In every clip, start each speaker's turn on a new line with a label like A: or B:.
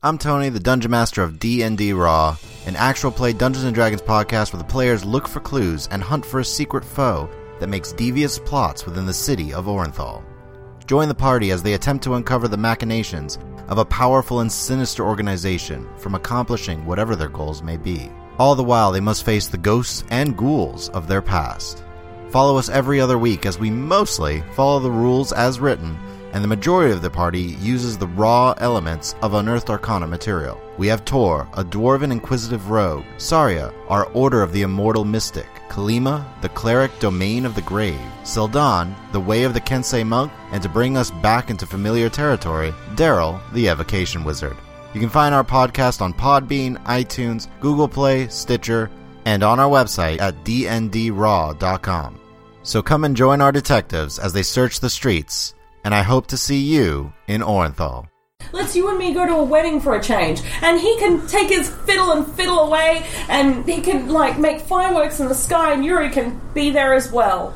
A: I'm Tony, the Dungeon Master of D&D Raw, an actual play Dungeons & Dragons podcast where the players look for clues and hunt for a secret foe that makes devious plots within the city of Orenthal. Join the party as they attempt to uncover the machinations of a powerful and sinister organization from accomplishing whatever their goals may be. All the while, they must face the ghosts and ghouls of their past. Follow us every other week as we mostly follow the rules as written, and the majority of the party uses the raw elements of unearthed arcana material. We have Tor, a dwarven inquisitive rogue, Saria, our order of the immortal mystic, Kalima, the cleric domain of the grave, Sildan, the way of the Kensei monk, and to bring us back into familiar territory, Daryl, the evocation wizard. You can find our podcast on Podbean, iTunes, Google Play, Stitcher, and on our website at dndraw.com. So come and join our detectives as they search the streets, and I hope to see you in Orenthal.
B: Let's you and me go to a wedding for a change. And he can take his fiddle and fiddle away, and he can, like, make fireworks in the sky, and Yuri can be there as well.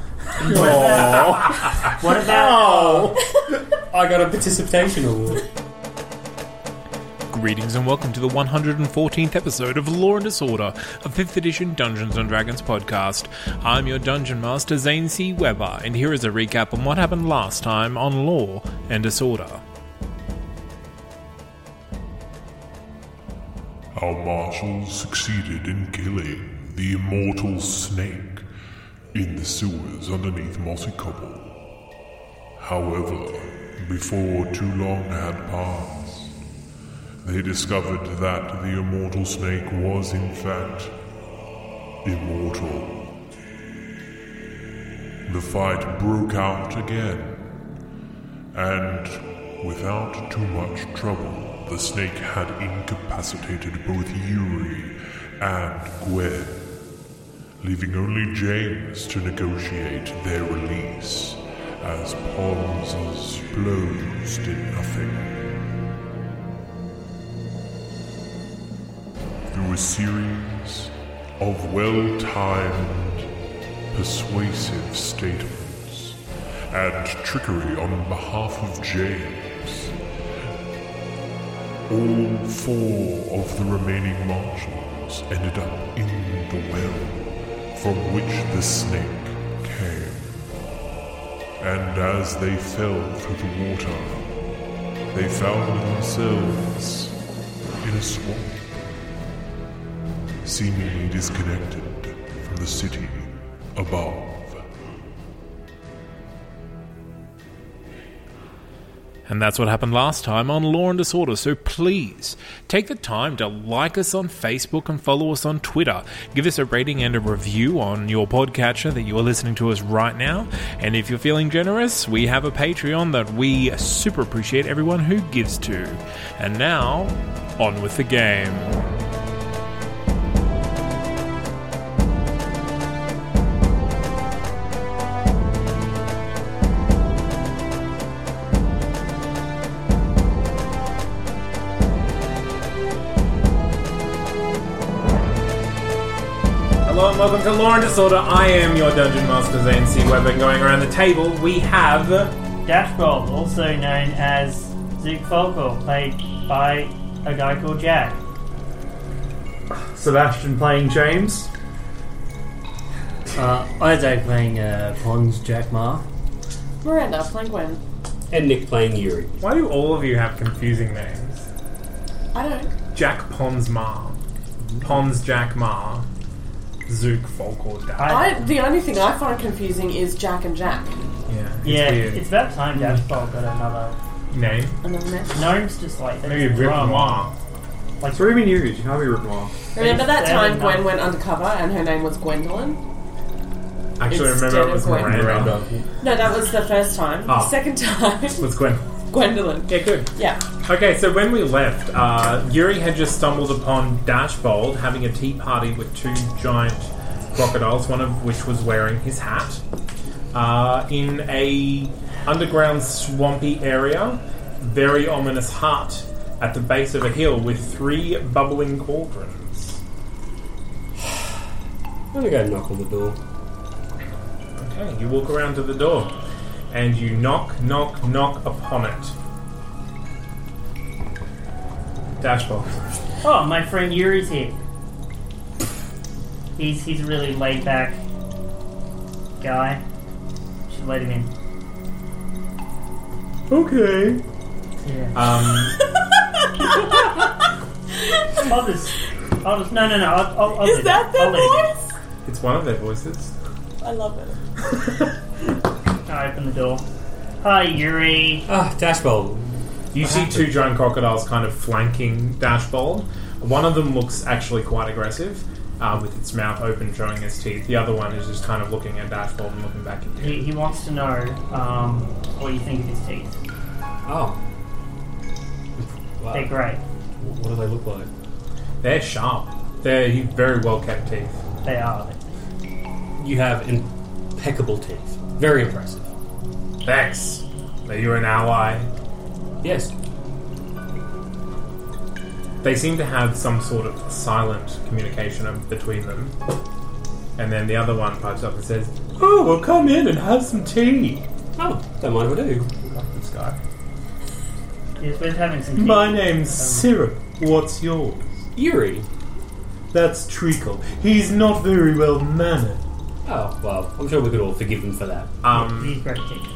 C: What about? Oh. I got a participation award.
D: Greetings and welcome to the 114th episode of Law and Disorder, a 5th edition Dungeons and Dragons podcast. I'm your dungeon master Zane C. Weber, and here is a recap on what happened last time on Law and Disorder.
E: Our marshals succeeded in killing the immortal snake in the sewers underneath Mossy Cobble. However, before too long had passed, they discovered that the immortal snake was in fact immortal. The fight broke out again, and without too much trouble, the snake had incapacitated both Yuri and Gwen, leaving only James to negotiate their release as Pons' blows did nothing. Through a series of well timed, persuasive statements and trickery on behalf of James, all four of the remaining marshals ended up in the well from which the snake came. And as they fell through the water, they found themselves in a swamp, seemingly disconnected from the city above.
D: And that's what happened last time on Law and Disorder, so please take the time to like us on Facebook and follow us on Twitter. Give us a rating and a review on your podcatcher that you are listening to us right now. And if you're feeling generous, we have a Patreon that we super appreciate everyone who gives to. And now, on with the game.
C: Hello and welcome to Law and Disorder. I am your Dungeon Master Zane C. Weber. And Going around the table, we have
F: Dashbolt, also known as Zook Focal, played by a guy called Jack.
G: Sebastian playing James.
H: Uh, Isaac playing uh, Pons Jack Ma.
B: Miranda, playing Gwen.
H: And Nick playing Yuri.
C: why do all of you have confusing names?
B: I don't know.
C: Jack Pons Ma, Pons Jack Ma, Zook Folkor Dad.
B: I, the only thing I find confusing is Jack and Jack.
C: Yeah, it's
F: yeah,
C: weird.
F: it's about time Dashbolt got another
C: name?
F: Gnome's just like that's
C: Maybe Rip
F: wrong.
C: Noir.
F: Like,
G: So what do you mean Yuri? You can't be Rip Noir.
B: Remember that
F: Fair
B: time
F: enough.
B: Gwen went undercover and her name was Gwendolyn?
C: Actually, I remember it was
B: Instead of
C: Miranda.
B: No, that was the first time.
C: Ah.
B: The second time,
C: Was Gwen.
B: Gwendolyn.
C: Yeah, good.
B: Yeah.
C: Okay, so when we left, uh, Yuri had just stumbled upon Dashbold having a tea party with two giant crocodiles, one of which was wearing his hat, uh, in a underground swampy area, very ominous hut at the base of a hill with three bubbling cauldrons.
H: I'm gonna go knock on the door.
C: Okay, you walk around to the door and you knock, knock, knock upon it. Dashbold.
F: Oh, my friend Yuri's here. He's he's a really laid back guy. Should let him in.
C: Okay.
F: Yeah.
C: Um,
F: I'll just, I'll just, no, no, no. I'll, I'll, I'll
B: Is
F: do
B: that
F: I'll
B: their
F: let him in.
B: voice?
C: It's one of their voices.
B: I love it.
F: I open the door. Hi, Yuri.
H: Ah, Dashbowl.
C: You see two giant crocodiles kind of flanking Dashbold. One of them looks actually quite aggressive, uh, with its mouth open, showing its teeth. The other one is just kind of looking at Dashbold and looking back at you.
F: He, he wants to know um, what you think of his teeth.
H: Oh. Wow.
F: They're great.
H: What do they look like?
C: They're sharp. They're very well kept teeth.
F: They are.
H: You have impeccable teeth. Very impressive.
C: Thanks. Are you an ally?
H: Yes.
C: They seem to have some sort of silent communication um, between them. And then the other one pipes up and says, "Oh, well, come in and have some tea."
H: Oh, don't mind if I do.
C: I love this guy.
F: It's worth having some teeth. Um,
C: My name's Syrup. What's yours?
H: Yuri.
C: That's Treacle. He's not very well mannered.
H: Oh, well, I'm sure we could all forgive him for that.
C: Um,
F: These great teeth.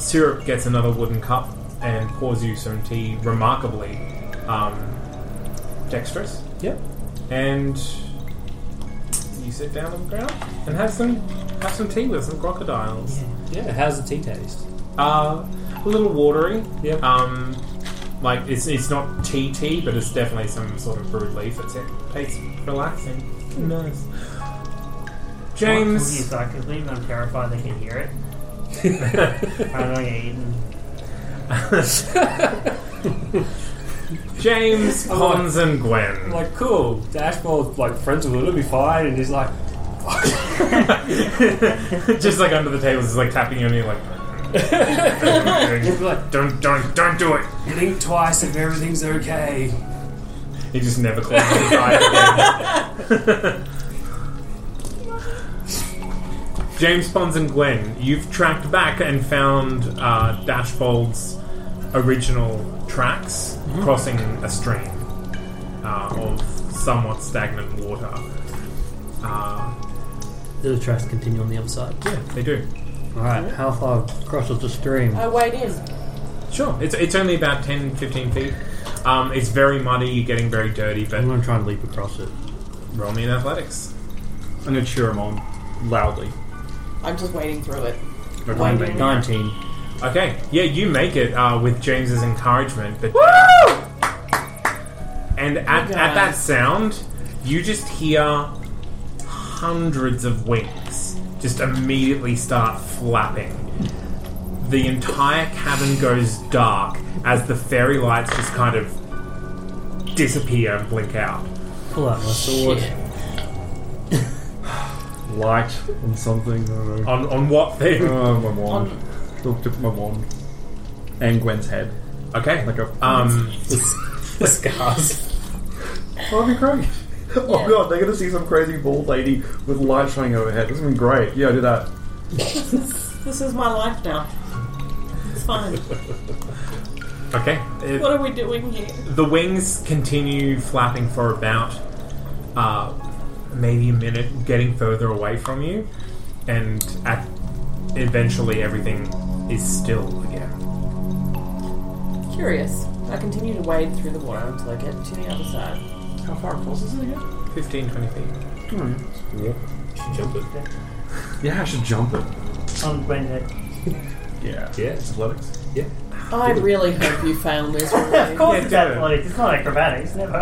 C: Syrup gets another wooden cup and pours you some tea, remarkably um, dexterous.
H: Yep.
C: And you sit down on the ground and have some have some tea with some crocodiles.
H: Yeah, how's the tea taste?
C: Uh, a little watery.
H: Yep.
C: Um, like it's it's not tea tea, but it's definitely some sort of brewed leaf. It's, it tastes relaxing. Nice.
F: Talk to you
C: James.
F: so I could leave. I'm terrified they can hear it. I'm not gonna eat them.
C: James,
H: I like-
C: Pons, and Gwen.
H: I'm like, cool, Dashbowl, like, friends with him, it'll be fine. And he's like,
C: just like under the table, just like tapping you on you, like don't don't don't do it.
H: think twice if everything's okay.
C: He just never closes his eyes again. James Pons and Gwen, you've tracked back and found uh, Dashbold's original tracks crossing a stream uh, of somewhat stagnant water. Uh,
H: Do the tracks continue on the other side?
C: yeah, they do.
H: Alright, how far crosses the stream?
B: I weighed in.
C: Sure. It's, it's only about 10, 15 feet. Um, it's very muddy, you're getting very dirty, but
H: going to try and leap across it.
C: roll me in athletics.
G: I'm gonna cheer him on loudly.
B: I'm just wading through it.
G: Nineteen. Nineteen.
C: Okay. Yeah, you make it uh, with James's encouragement, but and at,
B: Okay.
C: at that sound, you just hear hundreds of wings just immediately start flapping. The entire cabin goes dark as the fairy lights just kind of disappear and blink out.
H: Pull out my sword.
G: Light on something. I don't know.
C: On on what thing?
G: Oh, my wand. Looked at my wand. And Gwen's head.
C: Okay.
G: Like a.
C: Um,
H: the scars.
G: That'd be great. Oh god, they're gonna see some crazy bald lady with light shining overhead. This is gonna be great. Yeah, do that.
B: This is my life now. It's fine.
C: okay. Uh,
B: what are we doing here?
C: the wings continue flapping for about uh, maybe a minute, getting further away from you, and at, eventually everything is still again.
B: Curious. I continue to wade through the water until I get to the other side.
G: How far across is it again?
C: 15, 20 feet.
H: Yeah. She jumped it.
G: Yeah, I should jump it.
F: On Gwen's head.
G: Yeah.
H: Yeah.
G: Athletics.
H: Yeah.
I: Oh, I really hope you fail miserably.
F: of course it's
G: yeah.
F: athletics. It's not acrobatics, never.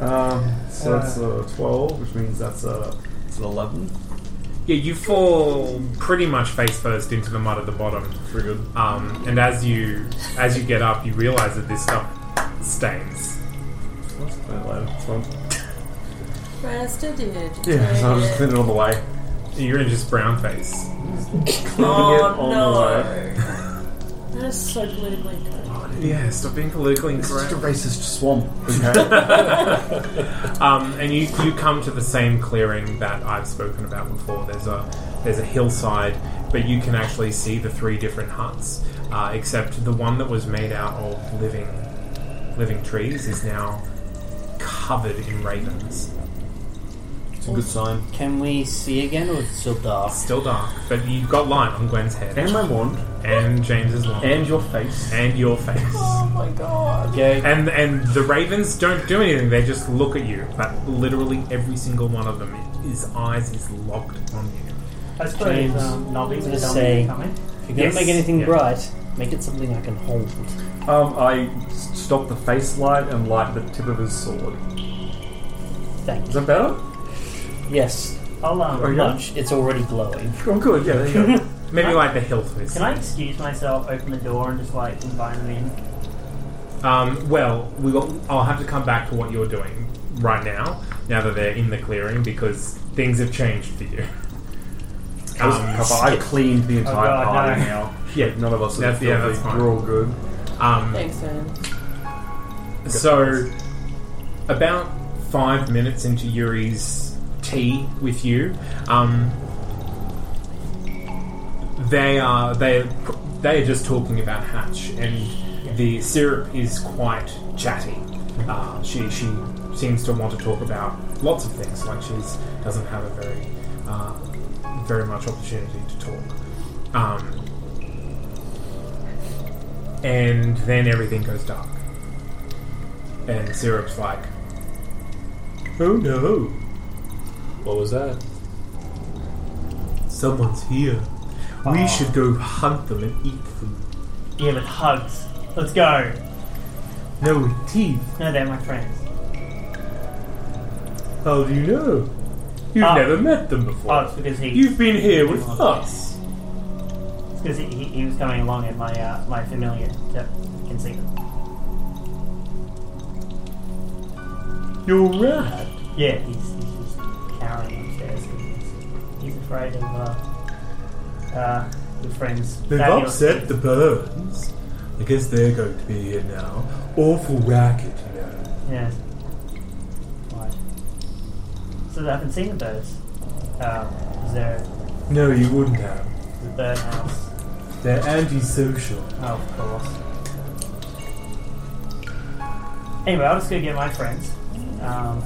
G: Um, so
F: Uh,
G: that's a 12, which means that's a, it's an 11.
C: Yeah, you fall pretty much face first into the mud at the bottom. Pretty good. Um, and as you as you get up, you realise that this stuff stains.
G: Let's play it later. It's fun.
I: Faster-did.
G: Yeah, so I'll just clean it on the way.
C: You're in just brown face.
I: Oh,
G: no.
I: That is so politically correct.
C: Yeah, stop being politically incorrect.
G: Racist swamp. Okay.
C: Um, and you, you come to the same clearing that I've spoken about before. There's a there's a hillside, but you can actually see the three different huts, uh, except the one that was made out of living living trees is now covered in ravens.
G: it's a good sign.
H: Can we see again, or it's still dark?
C: Still dark, but you've got light on Gwen's head
G: And my wand.
C: and James's wand
G: And your face.
C: and your face.
I: Oh my god.
H: Okay.
C: And and the ravens don't do anything; they just look at you. But literally every single one of them, his eyes is locked on you.
F: I suppose
H: James,
F: um, Nobby's
H: I'm gonna
F: going to
H: say-
F: come in.
H: If you're gonna
C: Yes.
H: make anything
C: Yeah.
H: bright, make it something I can hold.
G: Um, I s- stop the face light and light the tip of his sword.
H: Thank
G: Is
H: you.
G: that better?
H: Yes.
F: I'll, um,
G: Oh, yeah.
H: Lunch, it's already glowing.
G: Oh, good. Yeah, there you go.
C: Maybe like the hilt of his.
F: Can I excuse myself, open the door, and just like invite him in?
C: Um, well, we will, I'll have to come back to what you're doing right now, now that they're in the clearing, because things have changed for you.
G: I, was-
C: Um,
G: Papa, I cleaned the entire
F: Oh, God,
G: party
F: no.
G: now.
C: Yeah,
G: None of us are
C: That's- yeah,
G: filthy.
C: that's fine.
G: We're all good.
C: um,
I: Thanks, man.
C: so about five minutes into Yuri's tea with you, um, they are they are pr- they are just talking about Hatch, and the syrup is quite chatty. Uh, she she seems to want to talk about lots of things, like she's doesn't have a very uh, very much opportunity to talk. Um, and then everything goes dark. And Syrup's like, Oh no,
H: What was that?
C: someone's here.
F: Ah.
C: We should go hunt them and eat them.
F: Yeah, with hugs. Let's go.
C: No, with teeth.
F: No, they're my friends.
C: How do you know? You've
F: Ah.
C: never met them before.
F: Oh, it's because he.
C: You've been here with us.
F: It's because he, he, he was coming along and my uh, my familiar that can see them.
C: You're rad.
F: Yeah, he's, he's just cowering upstairs. 'cause He's, he's afraid of uh, uh, the friends.
C: They've
F: fabulous-
C: upset the birds. I guess they're going to be here now. Awful racket, you know.
F: Yeah. Right. So I haven't seen the birds. Um, is there
C: No, you wouldn't have.
F: the birdhouse?
C: They're antisocial.
F: Oh, of course. Anyway, I'll just go get my friends. Um,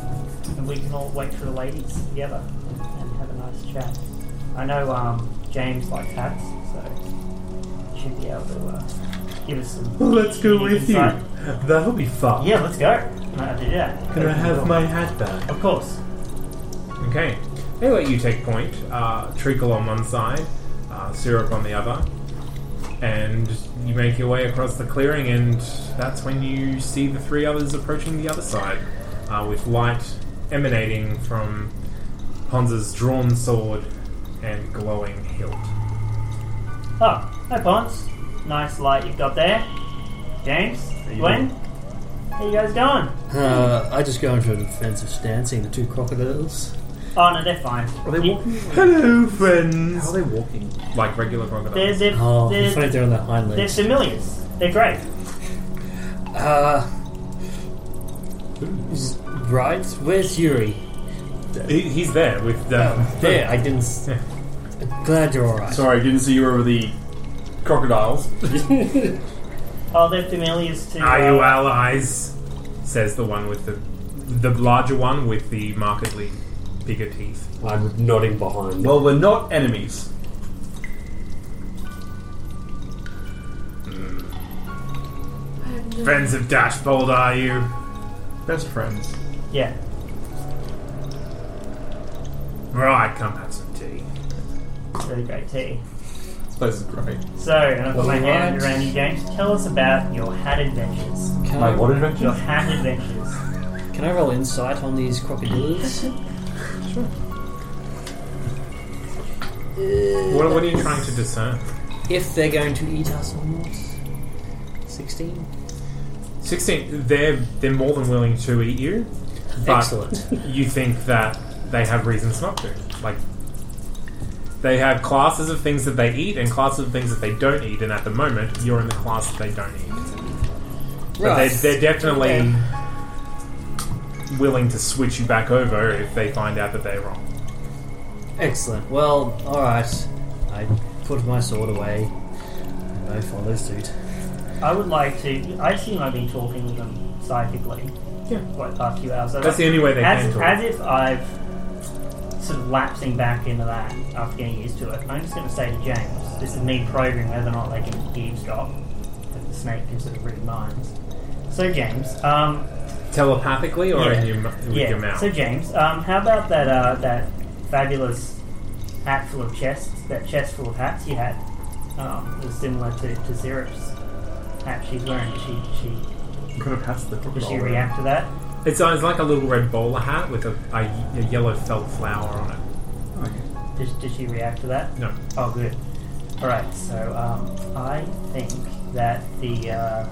F: and we can all wait for the ladies together and, and have a nice chat. I know um, James likes hats, so he should be able to uh, give us some.
C: Well, let's go with you.
F: insight.
C: That'll be fun.
F: Yeah, let's go. Can I do that?
C: Can I have my hat back?
F: Of course.
C: Okay. They let you take point. Uh, treacle on one side, uh, syrup on the other. And you make your way across the clearing, and that's when you see the three others approaching the other side uh, with light emanating from Ponza's drawn sword and glowing hilt.
F: Oh, hi Ponce. Nice light you've got there. James, Gwen, how you guys going?
H: Uh, I just go into a defensive stance, seeing the two crocodiles.
F: Oh no, they're fine.
G: Are they
F: You-
G: walking?
C: Hello,
G: How are
C: friends!
G: they walking?
C: Like regular crocodiles.
F: They're, they're,
H: Oh, it's funny they're
F: they're,
H: on their hind
F: they're
H: legs.
F: familiars. They're great.
H: Uh, s- right, where's Yuri?
C: He- He's there with the.
H: Oh, there, I didn't. s- Glad you're alright.
G: Sorry, didn't see you were over the crocodiles.
F: Oh, they're familiars too.
C: Are you uh, allies? Says the one with the the larger one with the markedly bigger teeth.
H: I'm nodding behind.
G: Well, we're not enemies.
C: Friends of Dashbold, are you?
G: Best friends.
F: Yeah.
C: Right, come have some tea.
F: They're great tea.
G: This is great.
F: So, and I've got my hand
G: Alright.
F: around you, James. Tell us about your hat adventures.
G: Can My I- what adventures?
F: Your hat adventures.
J: Can I roll insight on these crocodiles?
C: What, what are you trying to discern?
J: If they're going to eat us or not. 16.
C: 16 they're they're more than willing to eat you but
J: Excellent.
C: you think that they have reasons not to like they have classes of things that they eat and classes of things that they don't eat and at the moment you're in the class that they don't eat but
H: Right.
C: they're, they're definitely
H: Okay.
C: willing to switch you back over if they find out that they're wrong
J: Excellent. Well, alright. I put my sword away and I follow suit.
F: I would like to. I assume I've been talking with them psychically.
C: Yeah.
F: Like the past few hours. So
C: That's the only way they
F: as,
C: can talk.
F: As if I've sort of lapsing back into that after getting used to it. And I'm just going to say to James, this is me probing whether or not they can eavesdrop. If the snake can sort of read minds. So James, um,
C: telepathically or
F: yeah.
C: in your, mu- with
F: yeah.
C: your mouth
F: So James, um, how about that uh, that fabulous hat full of chests, that chest full of hats you had, um, was similar to, to Zerup's hat she's wearing. Did She she
G: could have hats the crocodile
F: Does she
G: wearing.
F: react to that?
C: it's, uh, it's like a little red bowler hat with a, a, a yellow felt flower on it
F: Does, does she react to that?
C: No.
F: Oh, good. All right. So um, I think that the uh,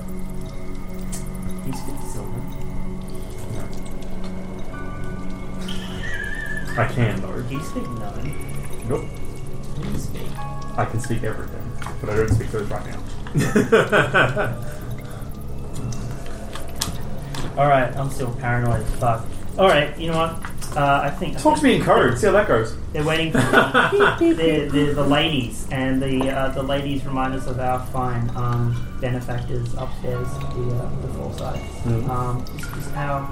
F: he's good silver.
G: I can, though.
F: Do you speak none?
G: Nope.
F: What do you speak?
G: I can speak everything, but I don't speak those right now.
F: All right, I'm still paranoid as fuck. All right, you know what? Uh, I think
G: Talk to me in code. See how that goes.
F: They're waiting for the, the, the, the ladies, and the uh, the ladies remind us of our fine um, benefactors upstairs, the uh, the Forsyths.
G: Mhm.
F: Um, just, just how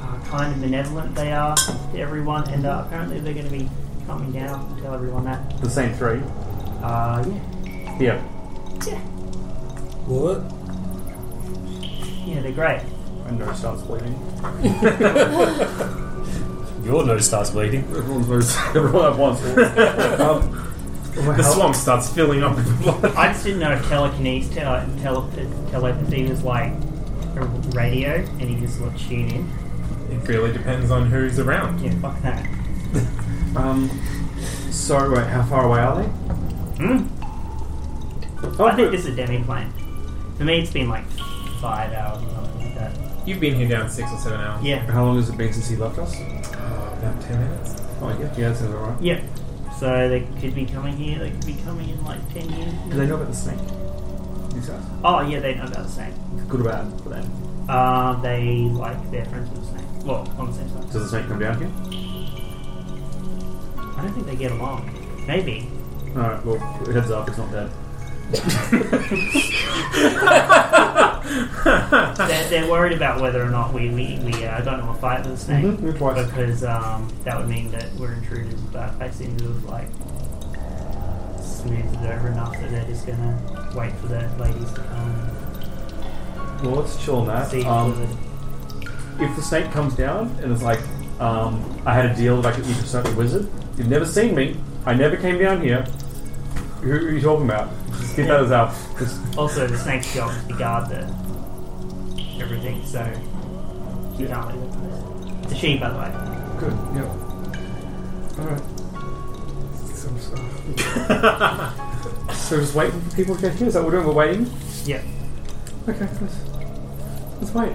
F: uh, kind and benevolent they are to everyone, and uh, apparently they're going to be coming down to tell everyone that.
G: The same three.
F: Uh, yeah,
G: Yeah.
H: What?
F: yeah, they're great.
G: And no starts bleeding.
H: Your nose starts bleeding.
G: Everyone's nose. Everyone at once. um,
C: the swamp starts filling up with blood
F: I just didn't know if telekinesis, tele, tele, telepathy was like a radio, and you just like tune in.
C: It really depends on who's around.
F: Yeah, fuck that.
G: um, so, wait, how far away are they?
F: Mm.
G: Oh,
F: I think
G: good.
F: this is demi plane. For me, it's been like five hours or something like that.
C: You've been here down six or seven hours. Uh,
F: Yeah,
G: How long has it been since he left us?
C: About ten minutes.
G: Oh, yeah. Yeah, that sounds alright.
F: yeah. So they could be coming here. They could be coming in like ten years.
G: Do they know about the snake? These guys?
F: Oh yeah, they know about the snake.
G: Good or bad for them?
F: Uh, they like their friends with the snake. Well, on the same side.
G: Does the snake come down here?
F: I don't think they get along. Maybe.
G: Alright, well, heads up, it's not dead.
F: they're, they're worried about whether or not we we, we uh, don't want to fight with the snake
G: Mhm, we're twice.
F: because um, that would mean that we're intruders. But they seem to have like smoothed it over enough that they're just gonna wait for the ladies to come
G: Well, let's chill on
F: and
G: that.
F: see.
G: Um,
F: whether-
G: if the snake comes down and is like, um, I had a deal that I could you could start the wizard. You've never seen me. I never came down here. Who are you talking about? Just get that as our. just-
F: also, the snake's job is to guard the everything, so you can't leave it. It's a she, by the way.
G: Good. Yeah. All right. So, so- so just waiting for people to get here. Is that what we're doing? We're waiting.
F: Yeah,
G: Okay. Let's, let's wait.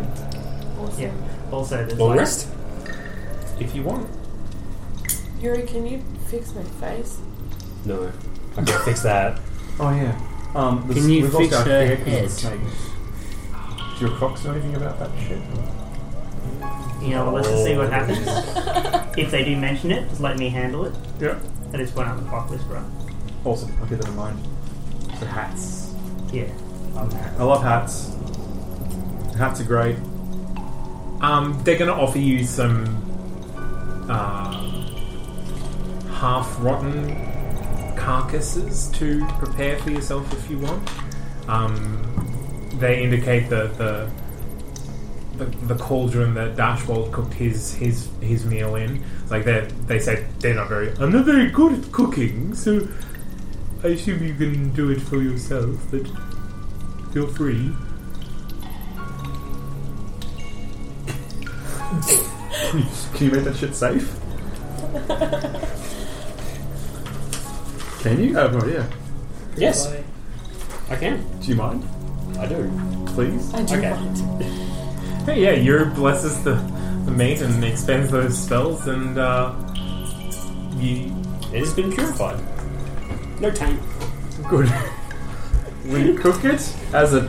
F: yeah. Also, there's
H: Or
F: like,
H: rest?
C: If you want.
I: Yuri, can you fix my face?
H: No. I can fix that.
G: Oh yeah. Um, this,
H: Can you
G: we've lost
H: fix
G: our
H: her
G: hair 'cause of the
H: head?
G: snake. Do your crocs know anything about that shit?
F: you know, let's just see what happens. if they do mention it, just let me handle it.
G: Yeah.
F: At this point, I'm the fuck whisperer.
G: Awesome. I'll keep that in mind. So hats.
F: Yeah, I'm that.
G: I love hats. Hats are great.
C: Um, they're going to offer you some uh, half rotten carcasses to prepare for yourself if you want. Um, they indicate the, the the the cauldron that Dashbold cooked his his his meal in. Like they they say they're not very. I'm not very good at cooking, so I assume you can do it for yourself, but feel free.
G: Can you make that shit safe? Can you? Oh, I have no idea.
H: Yes. I can.
G: Do you mind?
H: I do.
G: Please?
I: I do
H: Okay.
I: mind.
C: Hey, yeah, Yuri blesses the, the meat and expends those spells, and uh, you.
H: It has been purified. No taint.
G: Good. we cook it as a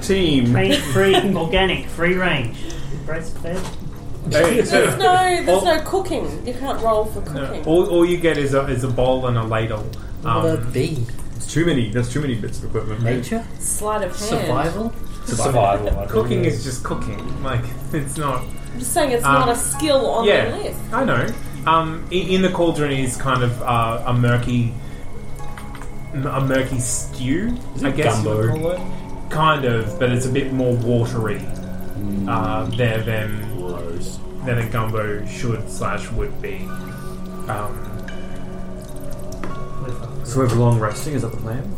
G: team.
F: Pain free, organic, free range. Breastfed.
C: Hey,
I: There's no, there's
C: all,
I: no cooking. You can't roll for cooking.
C: all, all you get is a, is a bowl and a ladle. Um,
J: About B.
G: It's too many. There's too many bits of equipment.
J: Nature?
I: Sleight of hand.
J: Survival?
H: Survival. I don't
C: cooking
H: know.
C: is just cooking. Like, it's not.
I: I'm just saying it's
C: Um,
I: not a skill on
C: yeah,
I: the list.
C: I know. Um, i- in the cauldron is kind of uh, a murky, m- a murky stew. I
H: it
C: guess you would
H: gumbo?
C: call it. Kind of, but it's a bit more watery
H: Hmm.
C: uh, there than than a gumbo should slash would be. Um,
G: So we have long resting. Is that the plan?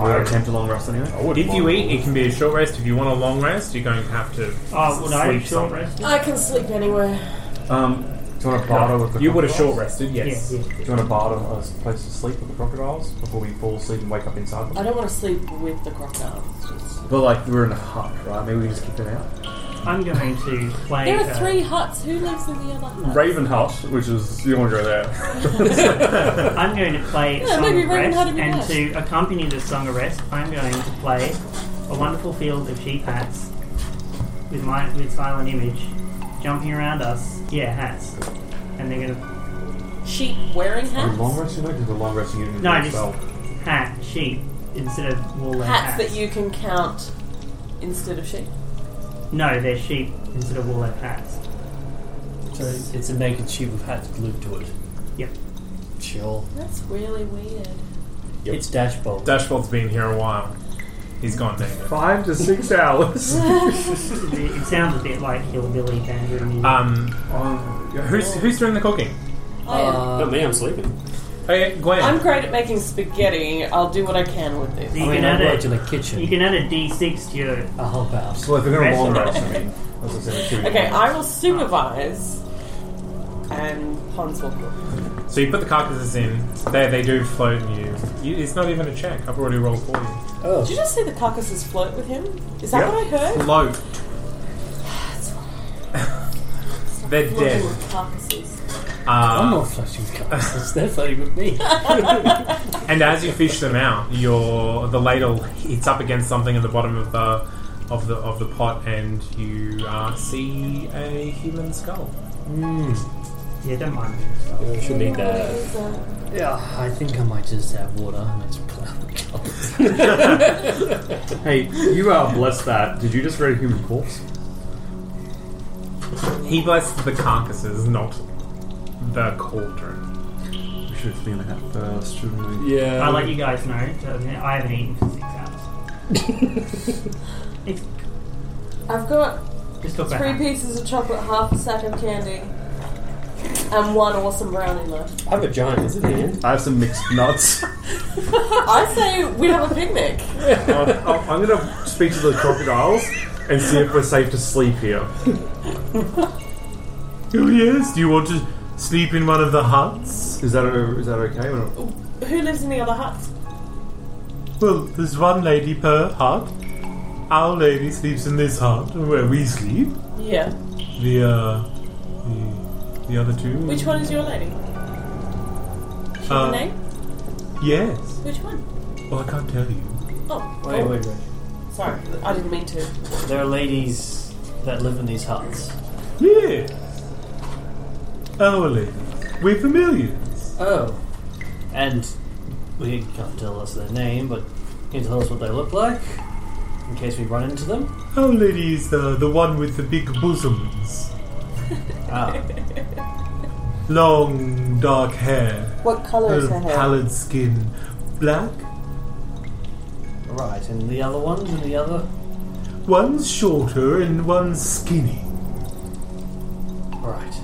G: We're attempt a long rest anyway.
H: I wouldn't
C: if you
H: mind.
C: eat, it can be a short rest. If you want a long rest, you're going to have to
F: Oh, well, no,
C: sleep
F: short
C: somewhere.
F: rest.
I: I can sleep anywhere.
G: Um, do you want to barter with the
C: You would have
G: crocodiles?
C: short rested, yes.
F: Yeah, yeah.
G: Do you want to barter a s- place to sleep with the crocodiles before we fall asleep and wake up inside
I: I
G: them?
I: don't want to sleep with the crocodiles.
G: But like we're in a hut, right? Maybe we can just kick them out.
F: I'm going to play.
I: There are
F: uh,
I: three huts. Who lives in the other hut?
G: Raven hut, which is you don't want to go there.
F: I'm going to play
I: Yeah,
F: Song
I: maybe
F: of
I: Raven
F: Rest,
I: had him
F: and
I: last.
F: to accompany the Song of Rest, I'm going to play A Wonderful Field of Sheep Hats with my with silent image jumping around us. Yeah, hats. And they're going to
I: Sheep wearing
G: Are we
I: hats.
G: long resting though? Because we're long resting. You didn't
F: No,
G: do a
F: just-
G: spell.
F: hat sheep instead of wool. they're
I: Hats that you can count instead of sheep.
F: No, they're sheep instead of wool. they're hats.
H: So it's a naked sheep with hats glued to it.
F: Yep.
H: Sure.
I: That's really weird.
H: It's dash bolt.
C: Dashbold's been here a while. He's gone now.
G: Five to six hours.
F: It it sounds a bit like hillbilly kangaroo. music.
H: Ah,
C: Um,
G: Um, yeah,
C: who's who's doing the cooking?
I: I am.
H: Not me, I'm sleeping.
C: Oh, yeah, Gwen.
I: I'm great at making spaghetti. I'll do what I can with
F: So
I: this.
F: you
H: I mean,
F: can
H: I
F: add
H: worked
F: a
H: in a kitchen.
F: you can add a D6 to your
H: I help out.
G: Well, if we're going to long
F: Restaurant.
G: rest, I mean, that's what I said, we're two
I: Okay,
G: long
I: I
G: rests.
I: will supervise, and Pons will cook.
C: So you put the carcasses in. They they do float in you. you. It's not even a check. I've already rolled for you.
I: Did you just see the carcasses float with him? Is that
C: Yep.
I: what I heard?
C: Float. They're
I: Floating
C: dead.
I: with carcasses.
H: I'm
C: Uh,
H: not flashing cards. They're flirting with me.
C: and as you fish them out, your the ladle hits up against something at the bottom of the of the of the pot, and you uh, see a human skull.
F: yeah. Don't mind.
H: I should need that.
I: Is that-
J: Yeah, I think I might just have water and some clown colours.
G: Hey, you are blessed that. Did you just read a human corpse?
C: He blessed the carcasses, not the cauldron.
G: We should have been like that first, shouldn't we?
H: Yeah.
F: I'll let you guys know. that I haven't eaten for six hours. it's
I: I've got
F: just talk about
I: three
F: hats.
I: pieces of chocolate, half a sack of candy, and one awesome brownie left.
H: I have a giant, isn't there?
G: I have some mixed nuts.
I: I say we have a picnic.
G: I'm, I'm going to speak to the crocodiles and see if we're safe to sleep here.
C: Oh yes. Do you want to sleep in one of the huts?
G: Is that o- is that okay? Or not?
I: Who lives in the other hut?
C: Well, there's one lady per hut. Our lady sleeps in this hut where we sleep.
I: Yeah.
C: The uh, the, the other two.
I: Which one is your lady?
C: Uh,
I: Name?
C: Yes.
I: Which one?
C: Well, I can't tell you.
I: Oh,
J: Wait, wait, wait.
I: sorry, I didn't mean to.
J: There are ladies that live in these huts.
C: Yes. Our lady. We're familiars.
J: Oh. And we can't tell us their name, but you can tell us what they look like in case we run into them.
C: Our lady is the uh, the one with the big bosoms,
J: Ah.
C: long dark hair,
I: What colour is her
C: uh,
I: hair?
C: pallid skin, black.
J: right, and the other ones and the other.
C: One's shorter and one's skinny.
J: Alright.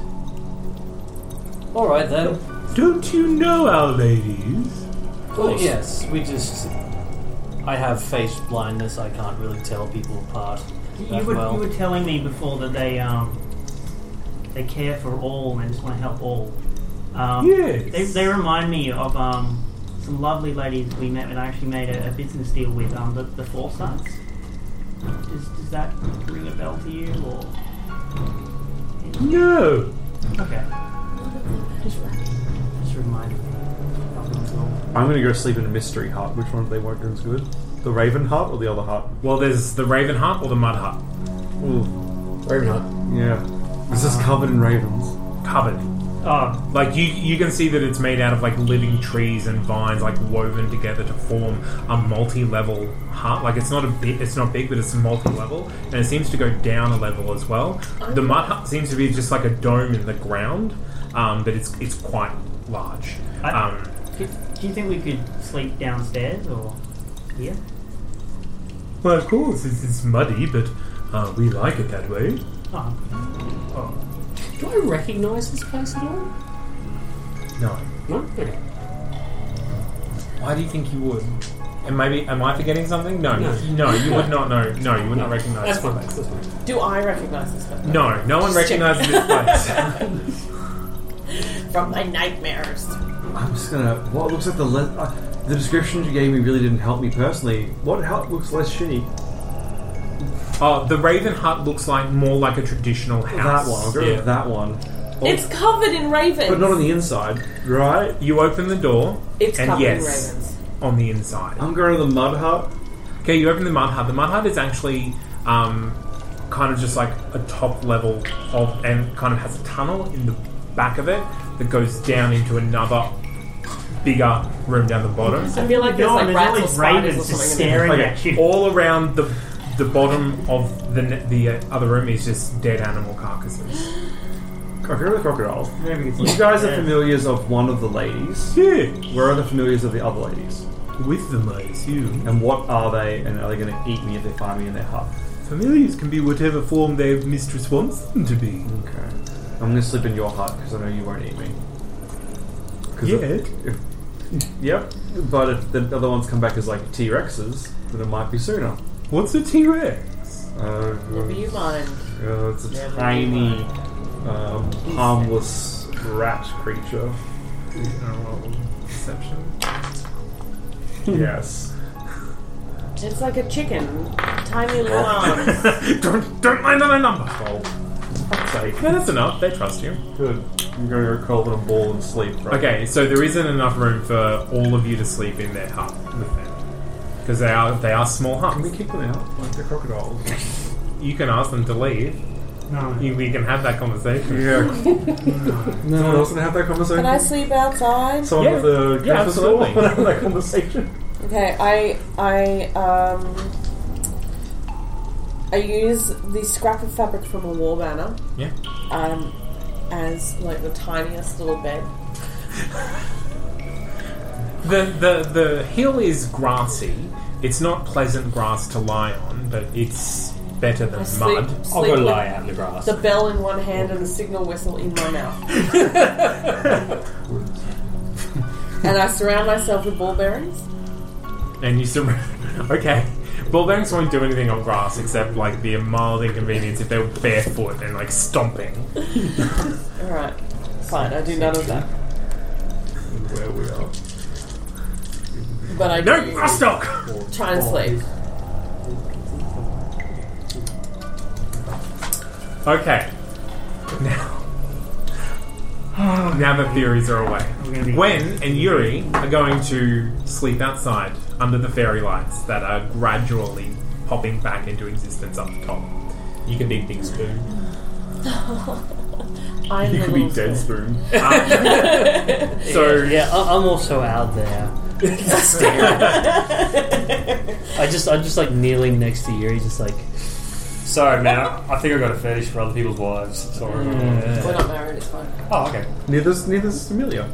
J: Alright then.
C: Don't you know our ladies?
J: Well, yes, we just. I have face blindness. I can't really tell people apart.
F: You
J: that
F: were,
J: well.
F: you were telling me before that they um, they care for all and just want to help all. Um,
G: Yes.
F: They, they remind me of um, some lovely ladies we met and I actually made a, a business deal with, um, the, the Four Sons. Does, does that ring a bell to you? or
G: No.
F: Okay. Just, just remind me. Help them all.
G: I'm going to go sleep in a mystery hut. Which one of they won't do is good? The Raven Hut or the other hut?
C: Well, there's the Raven Hut or the Mud Hut.
G: Raven Hut. Yeah. This is covered in ravens.
C: Covered.
J: Uh,
F: Oh.
C: Like you, you can see that it's made out of like living trees and vines, like woven together to form a multi-level hut. Like it's not a bit, it's not big, but it's multi-level, and it seems to go down a level as well. The mud hut seems to be just like a dome in the ground, um, but it's it's quite large.
F: I-
C: Um,
F: Do, do you think we could sleep downstairs or here?
C: well, of course, it's, it's muddy, but uh, we like it that way.
F: Oh,
H: Do I recognise this place at all?
C: No.
H: No? Okay.
C: Why do you think you would? And maybe, am I forgetting something? No, no,
H: No.
C: you would not know. No, you would not
H: That's
C: recognize. this
H: fine.
C: place.
H: That's fine.
I: Do I recognise this guy?
C: No, no one
I: Just
C: recognizes this place.
I: From my nightmares.
G: I'm just gonna. What looks like the le- uh, the description you gave me really didn't help me personally. What hut looks less shitty?
C: Uh, the Raven Hut looks like more like a traditional house.
G: That one. I'll go with that one. Or-
I: It's covered in ravens.
G: but not on the inside, right?
C: You open the door,
I: It's
C: and
I: covered
C: yes,
I: in ravens.
C: on the inside.
G: I'm going to the mud hut.
C: Okay, you open the mud hut. The mud hut is actually um, kind of just like a top level of, and kind of has a tunnel in the back of it that goes down into another bigger room down the bottom.
I: I feel like there's
F: No,
I: like
F: there's
I: rats
F: all
I: or
F: these
I: spiders or
F: ravens
I: something.
F: just
I: in there.
F: staring
C: Okay,
F: at you.
C: all around the the bottom of the ne- the uh, other room is just dead animal carcasses.
G: I go with crocodiles.
F: Maybe it's
G: You guys are familiars of one of the ladies.
C: Yeah,
G: Where are the familiars of the other ladies?
C: with them, I assume.
G: And what are they? And are they going to eat me if they find me in their hut?
C: Familiars can be whatever form their mistress wants them to be.
G: Okay. I'm going to sleep in your hut because I know you won't eat me. 'Cause if-
C: Yet.
G: if- yep. But if the other ones come back as like T Rexes, then it might be sooner.
C: What's a T Rex?
G: Uh,
I: Never you mind.
G: uh, it's a
I: Never you
G: tiny,
I: mind.
G: um, harmless rat creature.
C: Perception.
G: yes.
I: It's like a chicken. Tiny little arms.
C: don't don't mind on my number.
G: Oh, Sake.
C: No, that's enough. They trust you.
G: Good. I'm going to go curl in a ball and sleep. Right?
C: Okay, so there isn't enough room for all of you to sleep in their hut with them because they are they are small huts.
G: Can we kick them out like the crocodiles?
C: You can ask them to leave.
F: No.
C: You, we can have that conversation.
G: no one else going to have that conversation.
I: Can I sleep outside?
G: Someone
C: Yeah.
G: with a
C: Yeah,
G: cancer sore
C: absolutely.
G: wanna have that conversation.
I: Okay, I I um I use the scrap of fabric from a wall banner
C: Yeah.
I: um as like the tiniest little bed.
C: The, the the hill is grassy. It's not pleasant grass to lie on, but it's better than
I: I sleep,
C: mud.
I: sleep
H: I'll go
I: with
H: lie out in the grass.
I: the bell in one hand and the signal whistle in my mouth. and I surround myself with ball bearings.
C: And you still okay. Ball bearings won't do anything on grass except like the mild inconvenience if they were barefoot and like stomping.
I: Alright. Fine, I do none of that.
G: Where we are.
I: But I
C: No,
I: do
C: Rostock.
I: try and sleep.
C: Okay. Now, now the theories are away.
F: gonna be-
C: Gwen and Yuri are going to sleep outside under the fairy lights that are gradually popping back into existence up the top. You can be Big Spoon.
I: I'm
C: You
I: the
C: can be
I: little
C: Dead
I: spoon.
C: Spoon. Um, so
J: Yeah, I- I'm also out there. I just, I'm just like kneeling next to Yuri, just like
H: Sorry, man. I I think I got a fetish for other people's wives. Sorry.
I: We're not married, it's fine.
H: Oh, okay.
G: Neither's neither's familiar.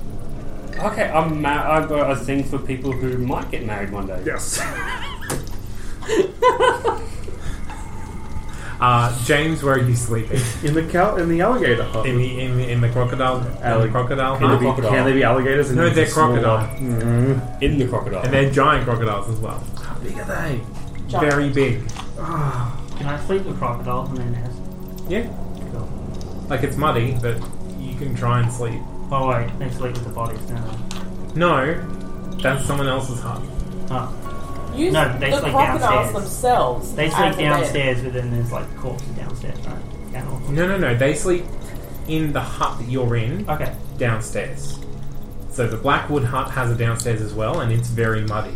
H: Okay, I'm ma- I've got a thing for people who might get married one day.
G: Yes.
C: Uh, James, where are you sleeping?
G: In the cow, in the alligator hut.
C: In the in, the- in the crocodile. in the
G: Allig-
C: crocodile.
G: Can,
C: hut?
G: they be, can they be alligators?
C: No, they're crocodile.
G: crocodiles. Mm.
H: In the crocodile.
C: And they're giant crocodiles as well. How big are they?
F: Giant.
C: Very big.
F: Can I sleep with crocodiles and their nest?
C: Yeah. Like it's muddy, but you can try and sleep.
F: Oh wait, they sleep with the bodies now.
C: No, that's someone else's hut.
I: You,
F: no, they
I: the
F: sleep
I: crocodiles
F: downstairs.
I: themselves
F: They
I: as
F: sleep
I: a bed.
F: downstairs, but then there's like corpses downstairs, right? Yeah, well,
C: No, no, no. They sleep in the hut that you're in.
F: Okay.
C: Downstairs. So the Blackwood hut has a downstairs as well, and it's very muddy.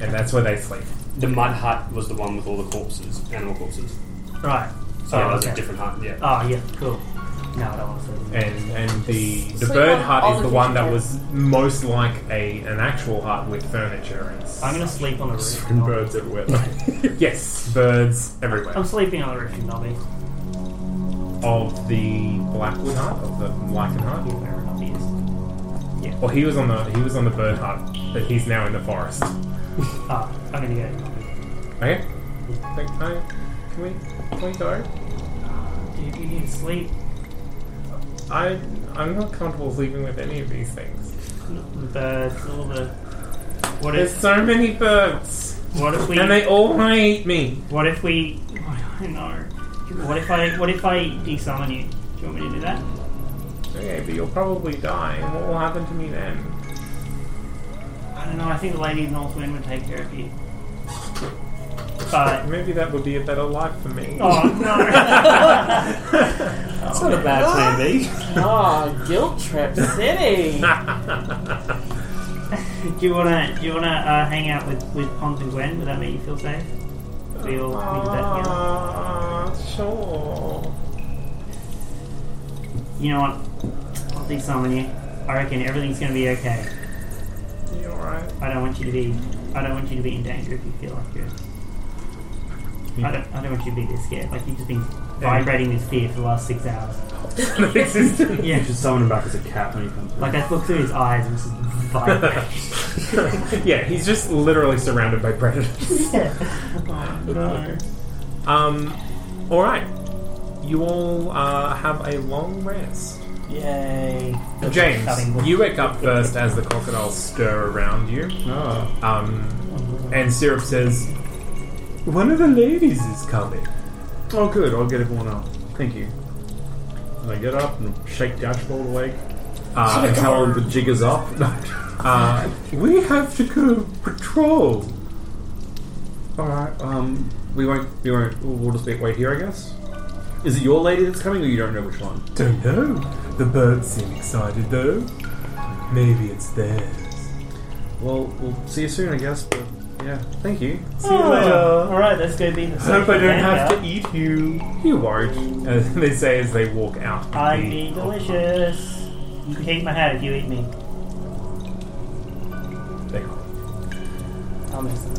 C: And that's where they sleep.
H: The mud hut was the one with all the corpses, animal corpses.
F: Right.
H: So
F: Oh,
H: yeah, it was a
F: okay.
H: different hut. Yeah.
F: Oh yeah, cool. No, I don't want to sleep. with
C: And and the the
F: Sleep
C: bird
F: on
C: hut
F: all
C: is
F: the
C: the one that
F: kitchen
C: was most like a an actual hut with furniture and.
F: I'm gonna sleep on the roof.
C: Freaking birds everywhere. yes, birds everywhere.
F: I'm sleeping on the roof, Nobby.
C: of the Blackwood Hut, of the Lycan Hut.
F: Yeah, wherever Nobby is. Yeah.
C: Well, he was on the he was on the bird hut, but he's now in the forest.
F: Ah, I'm gonna go.
C: Okay. Think- I- Can we can we go?
F: Do you, you need to sleep?
C: I I'm not comfortable sleeping with any of these things.
F: The birds, all the. What
C: There's
F: if?
C: so many birds,
F: What if we?
C: and they all want to eat me.
F: What if we? I know. What if I? What if I desummon you? Do you want me to do that?
C: Okay, but you'll probably die. What will happen to me then?
F: I don't know. I think the lady in North Wind would take care of you. But
C: Maybe that would be a better life for me.
F: oh no.
H: That's not a bad plan B.
I: Ah, guilt trip city.
F: do you wanna? Do you wanna uh, hang out with with Pond and Gwen? Would that make you feel safe? We all need that together.
C: Ah, sure.
F: You know what? I'll desummon you. I reckon everything's gonna be okay.
C: You alright?
F: I don't want you to be. I don't want you to be in danger if you feel like you're. I don't. I don't want you to be this scared. Like you've just been vibrating with fear for the last six hours.
C: Existence.
F: Yeah.
G: You should summon him back as a cat when he comes.
F: Like I look through his eyes and it's just vibrate.
C: yeah, he's just literally surrounded by predators.
F: oh, no.
C: Um, all right. You all uh, have a long rest.
F: Yay.
C: James, you wake up first as the crocodiles stir around you.
G: Oh.
C: Um, and Syrup says, "One of the ladies is coming."
G: oh, good. I'll get everyone up. Thank you. And I get up and shake Dashboard awake.
C: Uh,
G: I
C: and
G: tell
C: tell
G: him the jiggers up.
C: uh,
G: we have to go patrol. All right. Um, we won't. We won't. We'll just wait, wait here, I guess. Is it your lady that's coming, or you don't know which one?
C: don't know. The birds seem excited though. Maybe it's theirs.
G: Well, we'll see you soon, I guess. But yeah, thank you.
C: See you later.
F: Oh. All right, let's go be the.
C: Hope I
F: social
C: don't have
F: vampire.
C: to eat you. You won't. Uh, they say as they walk out. of
F: I'd
C: the-
F: be delicious. You can keep my hat if you eat me.
C: They-
F: I'll miss it.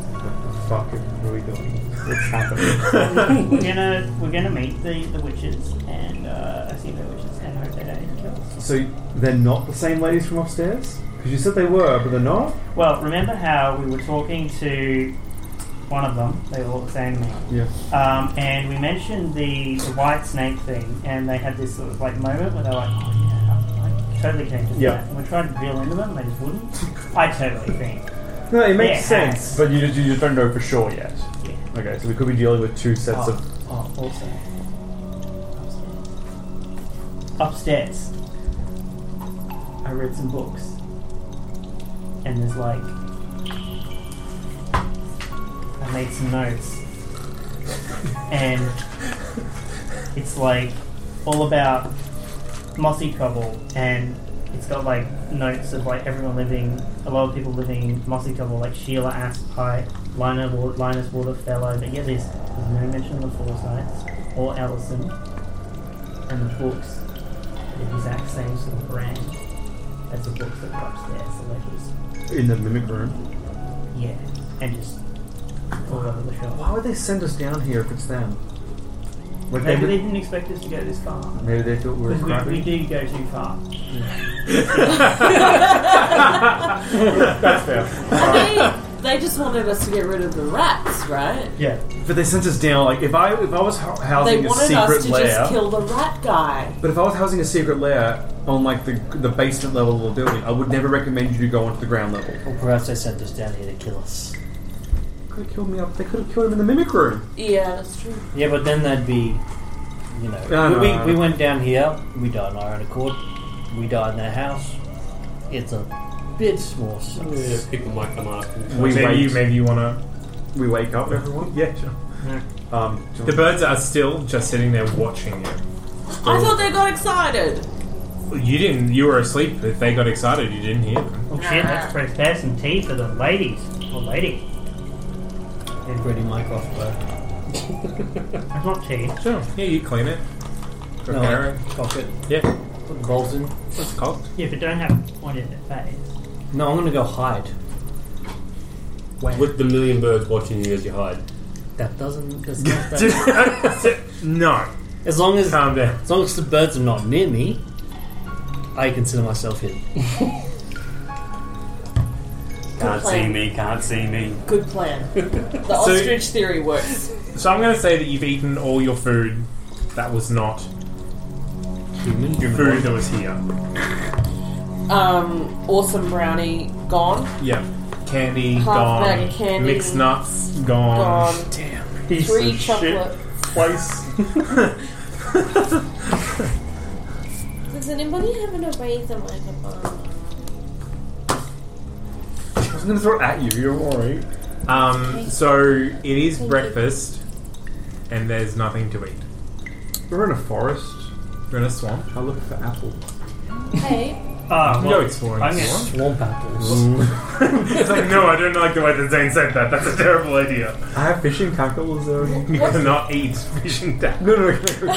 G: Fuck it. Where are we going? What's happening?
F: We're gonna we're gonna meet the, the witches and uh, I see the witches and hope they don't kill us.
G: so they're not the same ladies from upstairs? Because you said they were, but they're not.
F: Well, remember how we were talking to one of them? They all look the same now.
G: Yeah.
F: Um, and we mentioned the, the white snake thing, and they had this sort of like moment where they're like, "Oh yeah, I, I totally connected with
G: Yeah.
F: that." And we tried to drill into them, they just wouldn't. I totally think.
G: No, it
F: Yeah, it
G: makes sense,
F: has.
G: but you, you just don't know for sure yet.
F: Yeah.
G: Okay, so we could be dealing with two sets
F: Oh,
G: of.
F: oh, also. Upstairs. Upstairs. I read some books. And there's like. I made some notes. and it's like all about mossy cobble and it's got like notes of like everyone living a lot of people living in mossy cobble like Sheila Aspite, Lina, Wa- Linus Waterfellow, but yeah there's, there's no mention of the Forsyths or Allison and the books are the exact same sort of brand as the books that were upstairs so they just
G: In the mimic room.
F: yeah and just all over the shop.
G: Why would they send us down here if it's them? Like
F: Maybe they
G: would-
F: didn't expect us to go this far.
G: maybe they thought we were
F: Because we,
G: crappy.
F: we did go too far.
G: That's fair.
I: they, they just wanted us to get rid of the rats, us, right?
G: Yeah, but they sent us down. Like if I if I was ho-
I: They
G: housing a
I: wanted
G: secret
I: us to
G: lair,
I: just kill the rat guy.
G: but if I was housing a secret lair on like the the basement level of the building, I would never recommend you to go onto the ground level.
J: Or perhaps they sent us down here to kill us.
G: Could have killed me up. They could have killed him in the mimic room.
I: Yeah, that's true.
J: Yeah, but then that'd be, you know,
G: No,
J: we,
G: no,
J: we,
G: no.
J: we went down here. We died in our own accord. We died in their house. It's a bit more.
H: Yeah, people might come after me.
G: We
C: maybe
G: wait.
C: you maybe you want to.
G: We wake up everyone. Yeah, sure. Um, do you
C: The birds are still just sitting there watching you.
I: I thought they got excited.
C: You didn't. You were asleep. If they got excited, you didn't hear them.
F: Oh shit, let's prepare some tea for the ladies. Or lady.
J: Pretty Minecraft,
F: That's not tea.
C: Sure. Yeah, you clean it.
J: No.
C: Prepare it.
J: Cock it.
C: Yeah.
J: Put the bolts in.
C: It's cocked.
F: Yeah, but don't have it pointed at their face.
J: No, I'm gonna go hide.
H: With the million birds watching you as you hide.
J: That doesn't. That's not that.
C: No.
J: as long as
C: Calm down.
J: as long as the birds are not near me, I consider myself hidden.
H: Can't see
I: plan.
H: me, can't see me.
I: Good plan. The ostrich theory works.
C: So I'm going to say that you've eaten all your food that was not human. Your food that was here.
I: Um, awesome brownie gone.
C: Yeah. Candy
I: Half
C: gone.
I: bag of candy.
C: Mixed nuts gone.
I: Gone.
C: Damn.
G: Piece
I: Three
G: of
I: chocolate.
G: shit place.
I: Does anybody have an eraser microphone?
G: I was gonna throw it at you. You're worried.
C: Um, so it is breakfast, and there's nothing to eat.
G: We're in a forest.
C: You're in a swamp.
G: I look for apples.
I: Hey,
H: Uh,
F: Ah,
C: You
F: well,
C: go exploring. if
F: I'm
C: you
F: gonna-
C: want.
J: Swamp apples.
C: It's like, no, I don't like the way that Zane said that. That's a terrible idea.
G: I have fishing cackles though. no,
C: You cannot eat fishing tackle.
G: no, no, no.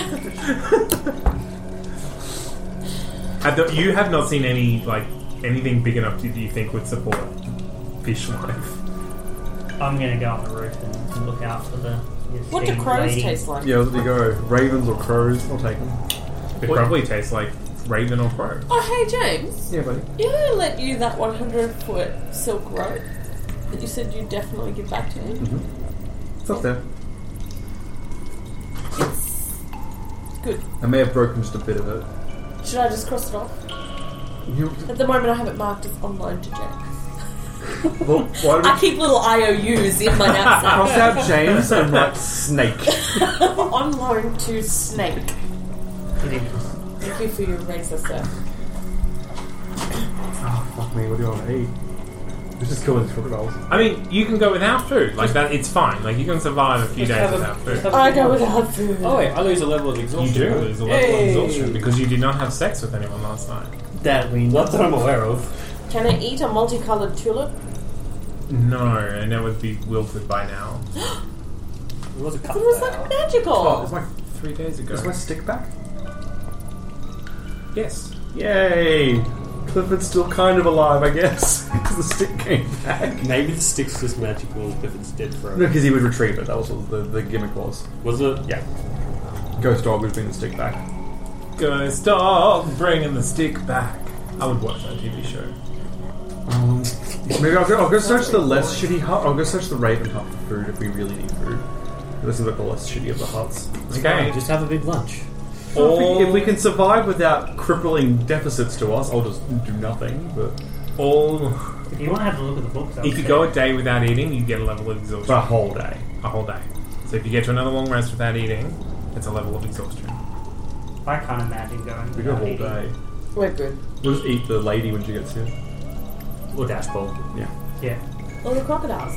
C: At the- You have not seen any like anything big enough that you think would support fish life.
F: I'm gonna go on the roof and look out for the.
I: what do crows taste like?
G: Yeah, there you go. Ravens or crows? I'll take them.
C: It probably tastes like raven or crow.
I: Oh, hey James,
G: Yeah, buddy.
I: you know I lent you that 100 foot silk rope that you said you'd definitely give back to me?
G: It's up there.
I: It's good.
G: I may have broken just a bit of it.
I: Should I just cross it off?
G: You,
I: At the moment, I have it marked as online to James.
G: well, why do
I: I
G: we
I: keep little IOUs in my
G: cross
I: knapsack.
G: out James and like snake?
I: On loan to Snake. Thank you for your razor, sir.
G: Oh, fuck me, what do you want to eat? We're just killing crocodiles.
C: I mean, you can go without food. Like that, it's fine. Like you can survive a few
H: Just
C: days
H: have a-
C: without
H: just
C: food.
H: have a-
I: I go without food.
H: Oh wait, I lose a level of
C: You
H: exhaustion.
C: do.
H: don't I?
C: There's a level
I: Hey.
C: of exhaustion because you did not have sex with anyone last night.
G: Mm-hmm.
J: that we
H: Not
J: not.
H: that I'm aware of.
I: Can I eat a multicolored tulip?
C: No, and it would be wilted by now.
J: It was a
I: It was like magical.
G: Oh, is my,
C: Three days ago.
G: is my stick back?
C: Yes.
G: Yay! Clifford's still kind of alive, I guess, because the stick came back.
H: Maybe the stick's just magical if it's dead
G: No,
H: forever.
G: because he would retrieve it. That was what the, the gimmick was.
H: Was it?
G: Yeah. Ghost dog would bring the stick back.
C: Ghost dog, bringing the stick back. I would watch that TV show.
G: Um, Maybe I'll go, I'll go search the less shitty hut. I'll go search the Raven hut for food if we really need food. This is like the less shitty of the huts.
C: Okay.
J: Just have a big lunch.
G: If we, if we can survive without crippling deficits to us, I'll just do nothing. But
C: all,
F: If you want to have a look at the books, I
C: if
F: would
C: you
F: say-
C: go a day without eating, you get a level of exhaustion.
G: for a whole day.
C: A whole day. So if you get to another long rest without eating, it's a level of exhaustion.
F: I can't imagine going.
G: We go a
F: without
G: whole
F: eating.
G: day.
I: We're good.
G: We'll just eat the lady when she gets here.
H: Or dash bowl.
G: Yeah,
F: Yeah.
I: All the crocodiles.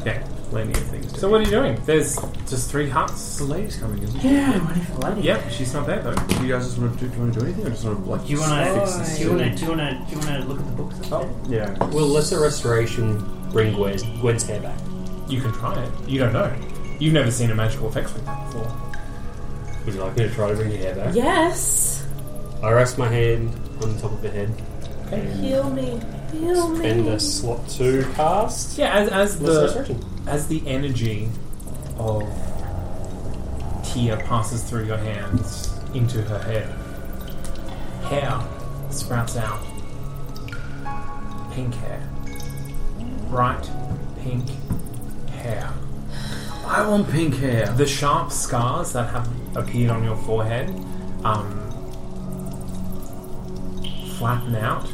C: Okay.
G: plenty of things. To
C: So what are you doing? There's just three huts.
G: the lady's coming, isn't she?
F: Yeah, waiting for the lady.
C: Yep, she's not there though.
G: Do you guys just want to do, do, you want to do anything, or just want to like
F: Do you want
G: fix
F: to?
G: this
F: Do you want to?
G: shit?
F: Do you want to? Do you want to look at the books? up there?
G: Oh, yeah.
H: Will lesser restoration bring Gwen's, Gwen's hair back?
C: You can try it. You don't know. You've never seen a magical effect like that before.
H: Would you like me to try to bring your hair back?
I: Yes.
H: I rest my hand on the top of the head
I: Heal me. Heal me.
H: and a slot two cast.
C: Yeah, as, as
H: Lesser
C: the
H: restoration.
C: as the energy of Tia passes through your hands into her hair, hair sprouts out. Pink hair. Bright pink hair.
G: I want pink hair.
C: The sharp scars that have appeared on your forehead um, flatten out,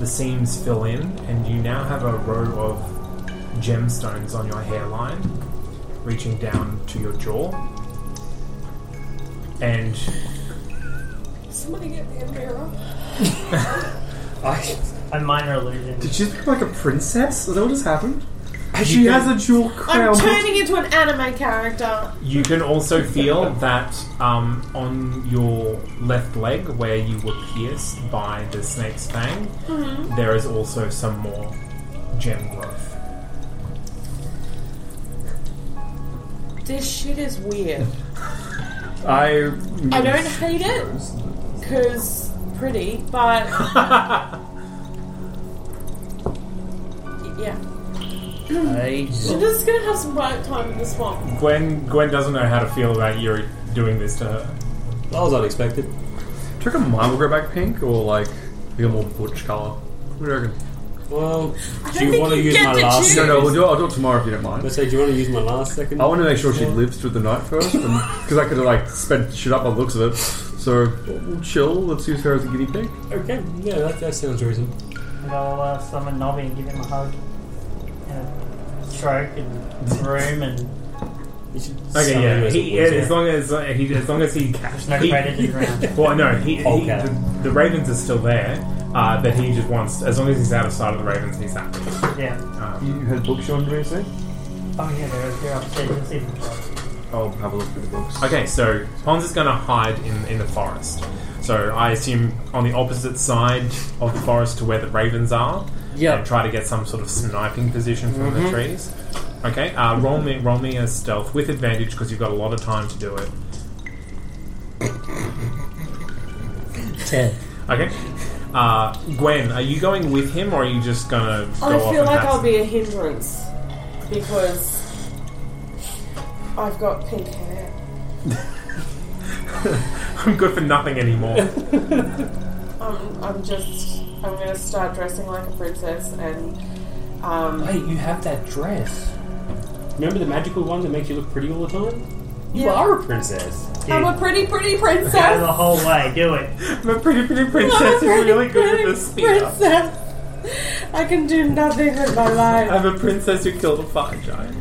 C: the seams fill in, and you now have a row of gemstones on your hairline reaching down to your jaw. And
I: Somebody get me a mirror.
F: I, a minor illusion.
G: Did she look like a princess? Is that what just happened? She has a jewel
I: I'm
G: crown.
I: turning into an anime character.
C: You can also feel that um, on your left leg, where you were pierced by the snake's fang,
I: Mhm.
C: there is also some more gem growth.
I: This shit is weird.
G: I.
I: I don't hate it because pretty, but yeah,
C: I
I: I'm just gonna have some quiet time in the swamp.
C: Gwen Gwen doesn't know how to feel about Yuri doing this to her.
G: That was unexpected. Do you reckon mine will go back pink or like be a more butch colour? What do you reckon?
H: Well,
I: don't
H: do you
I: think
H: want to
I: you
H: use
I: get
H: my
I: to
H: last?
I: choose.
G: No, no, we'll do, I'll do it tomorrow if you don't mind.
H: I say, do you want to use my last second?
G: I want to make sure she lives through the night first, because I could have like spent shit up by the looks of it. So we'll chill. Let's use her as a guinea pig.
H: Okay, yeah, that, that sounds reasonable.
F: And I'll uh, summon Nobby and give him a hug. And a stroke and room and.
C: Okay,
H: Some
C: yeah.
H: of
C: He,
H: it was, yeah.
C: as long as uh, he, as long as he catches,
F: no credited round.
C: Well, no, he, he
H: Okay.
C: the, the ravens are still there, uh, but he just wants as long as he's out of sight of the ravens, he's happy.
F: Yeah.
H: Uh,
C: Um,
G: You had books you wanted me to see?
F: Oh, yeah, they're, they're upstairs. You can see them.
G: I'll have a look through the books.
C: Okay, so Pons is going to hide in, in the forest. So I assume on the opposite side of the forest to where the ravens are.
H: Yep.
C: And try to get some sort of sniping position from the trees. Okay, uh, roll me roll me a stealth with advantage because you've got a lot of time to do it.
H: Ten.
C: Okay. Uh, Gwen, are you going with him or are you just going to go
I: I
C: off
I: feel
C: and
I: like
C: have
I: I'll
C: some-
I: be a hindrance because I've got pink hair.
C: I'm good for nothing anymore.
I: I'm, I'm just. I'm gonna start dressing like a princess and. Um,
H: Wait, you have that dress. Remember the magical one that makes you look pretty all the time? You
I: Yeah.
H: are a princess.
I: I'm a pretty, pretty princess.
F: Go the whole way, do it.
C: My pretty pretty
I: I'm a
C: princess
I: pretty,
C: is really good
I: pretty
C: with the spear.
I: Princess. I can do nothing with my life.
C: I'm a princess who killed a fire giant.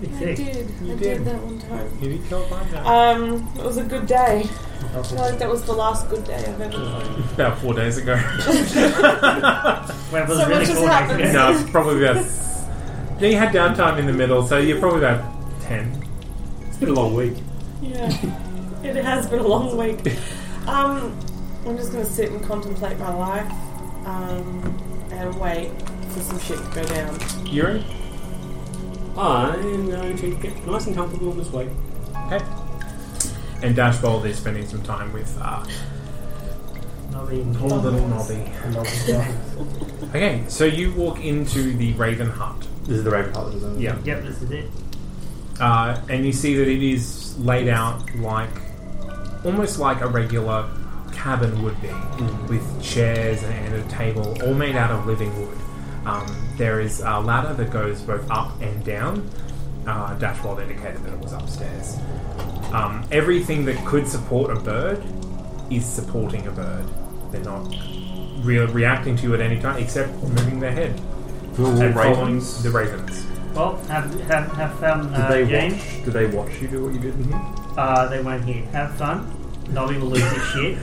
F: You
I: I
F: see.
I: did. I did.
C: did.
I: that one time.
C: Did he kill a fire giant?
I: Um, it was a good day. I feel like that was the last good day I've ever.
C: about four days ago.
F: Well, it was
I: So
F: really
I: much has
F: cool back
I: happened.
F: then.
C: No, it's probably about. No, you had downtime in the middle, so you're probably about ten.
H: It's been a long week.
I: Yeah, it has been a long week. Um, I'm just going to sit and contemplate my life um, and wait for some shit to go down.
C: Euro.
H: I'm going to get nice and comfortable this way.
C: Okay. And Dashbold is spending some time with uh,
F: Nobby and
C: poor little Nobby. Okay, so you walk into the Raven Hut.
G: This is the raven part, isn't it?
C: Yeah.
F: Yep, this is it.
C: Uh, and you see that it is laid out like almost like a regular cabin would be, with chairs and a table, all made out of living wood. Um, there is a ladder that goes both up and down. Uh, Dashboard indicated that it was upstairs. Um, everything that could support a bird is supporting a bird. They're not re- reacting to you at any time except moving their head and following
G: ravens?
C: the ravens.
F: Well, have, have, have fun,
G: Did
F: uh,
G: they
F: James.
G: watch? Did they watch you do what you did in here?
F: Uh, they won't hear. Have fun. Nobby will lose his shit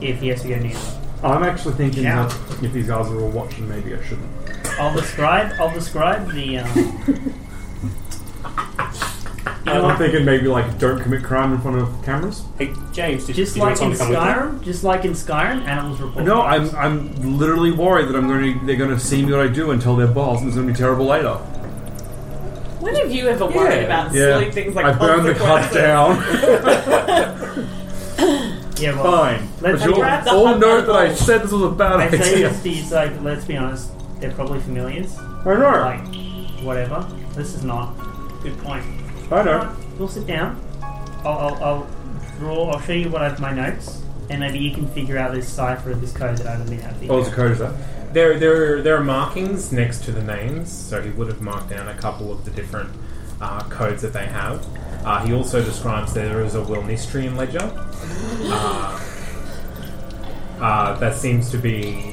F: if he has to go near them.
G: I'm actually thinking
F: Yeah.
G: that if these guys are all watching, maybe I shouldn't.
F: I'll describe. I'll describe the. Um, You
G: I'm
F: know what?
G: thinking maybe like don't commit crime in front of cameras.
H: Hey, James, did,
F: just
H: did you want
F: like in
H: someone to come with you?
F: Skyrim, just like in Skyrim, animals report.
G: No, I'm I'm literally worried that I'm going to they're going to see me what I do and tell their boss, and it's going to be terrible later.
I: When have you ever worried about silly things like
G: I burned the hut
I: consequences?
G: down.
F: Yeah, well,
G: Fine.
F: Let's
G: Oh, but you'll
F: grab
I: the
G: all
I: hut
G: know
I: by the
G: that I
I: balls.
G: said this was a bad
F: They say
G: idea.
F: this to you, so let's be honest. They're probably familiars.
G: I know.
F: Like, whatever. This is not. Good point.
G: I
F: Alright,
G: know.
F: We'll sit down. I'll, I'll, I'll draw. I'll show you what I've my notes, and maybe you can figure out this cipher, this code that I've been out.
G: Oh, it's a code, is that?
C: there, there, there are markings next to the names, so he would have marked down a couple of the different uh, codes that they have. Uh, he also describes there is a Wilnistrian ledger. Uh, uh, that seems to be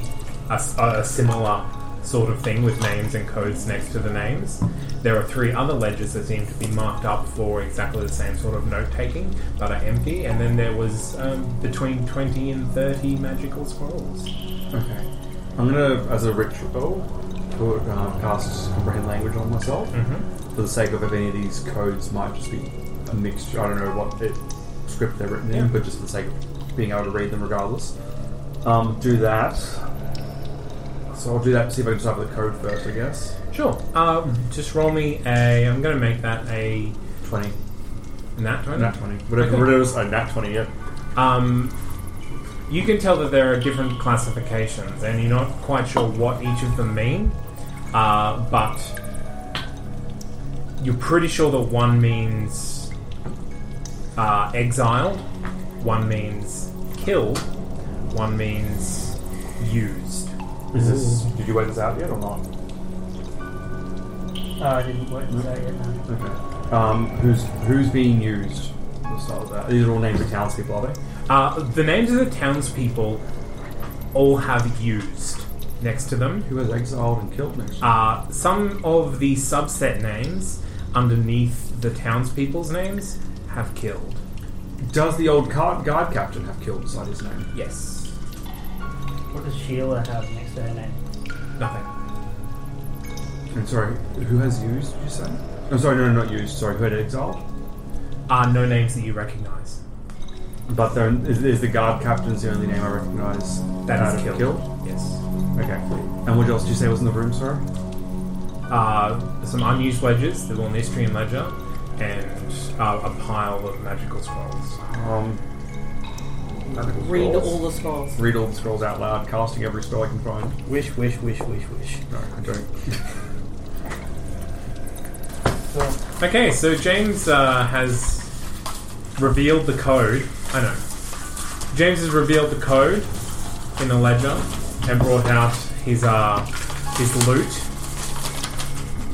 C: a, s- a similar sort of thing with names and codes next to the names. There are three other ledgers that seem to be marked up for exactly the same sort of note taking but are empty, and then there was um, between 20 and 30 magical scrolls.
G: Okay. I'm gonna, as a ritual, put, uh, cast comprehend language on myself for the sake of if any of these codes might just be a mixture. I don't know what it, script they're written
C: Yeah.
G: in, but just for the sake of being able to read them regardless. Um, do that. So I'll do that. See if I can decipher the code first. I guess.
C: Sure. Uh, just roll me a. I'm going to make that a
G: 20.
C: Nat 20?
G: Nat 20. Whatever it is, a nat 20, yep.
C: Um, you can tell that there are different classifications, and you're not quite sure what each of them mean, uh, but you're pretty sure that one means uh, exiled, one means killed, one means used.
G: Is this? Did you wait this out yet or not?
F: Oh, I didn't work this out yet. No.
G: Okay. Um, who's who's being used? Let's start with that. These are all names of townspeople, are they?
C: Uh, the names of the townspeople all have used next to them.
G: Who was exiled and killed next?
C: Uh, some of the subset names underneath the townspeople's names have killed.
G: Does the old guard, guard captain have killed beside his name?
C: Yes.
F: What does Sheila have next to her name?
C: Nothing.
G: I'm sorry, who has used, did you say? I'm sorry, no, no, not used. Sorry, who had exiled?
C: Uh, no names that you recognise.
G: But then, is, is the guard captain's the only name I recognise
C: That
G: out
C: is
G: of
C: killed. Yes.
G: Okay. And what else did you say was in the room, sir?
C: Uh, some unused ledgers, the Wilnestrian ledger, and uh, a pile of magical scrolls.
G: Um, magical
I: Read
G: scrolls.
I: all the scrolls.
G: Read all the scrolls out loud, casting every spell I can find.
J: Wish, wish, wish, wish, wish.
G: No, I don't.
C: Okay, so James uh, has revealed the code. I know. James has revealed the code in a ledger and brought out his uh, his loot,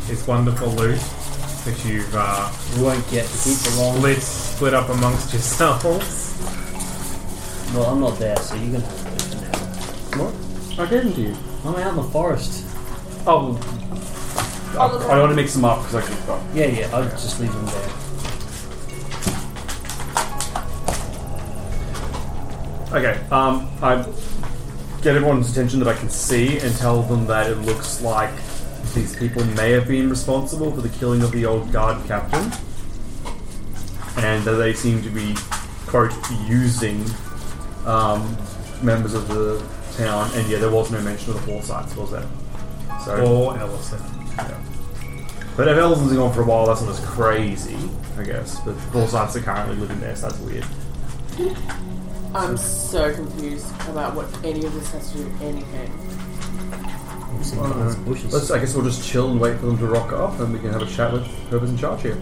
C: his wonderful loot, which you've uh,
J: Won't get to keep for long.
C: split split up amongst yourselves.
J: Well, I'm not there, so you can have it for now.
G: what? I didn't you.
J: I'm out in the forest.
G: Oh, I, I don't want to mix them up because I could. Oh,
J: Yeah, yeah, I'll just leave them there.
G: Okay, um, I get everyone's attention that I can see and tell them that it looks like these people may have been responsible for the killing of the old guard captain, and that they seem to be, quote, using um, members of the town. And yeah, there was no mention of the Forsyths, was there? So,
C: Or Ellison.
G: yeah. but if Ellison's been gone for a while, that's not as crazy, I guess. But Forsyths are currently living there, so that's weird.
I: I'm so confused about what any of this has to do with anything.
G: Let's, I guess we'll just chill and wait for them to rock up, and we can have a chat with whoever's in charge here.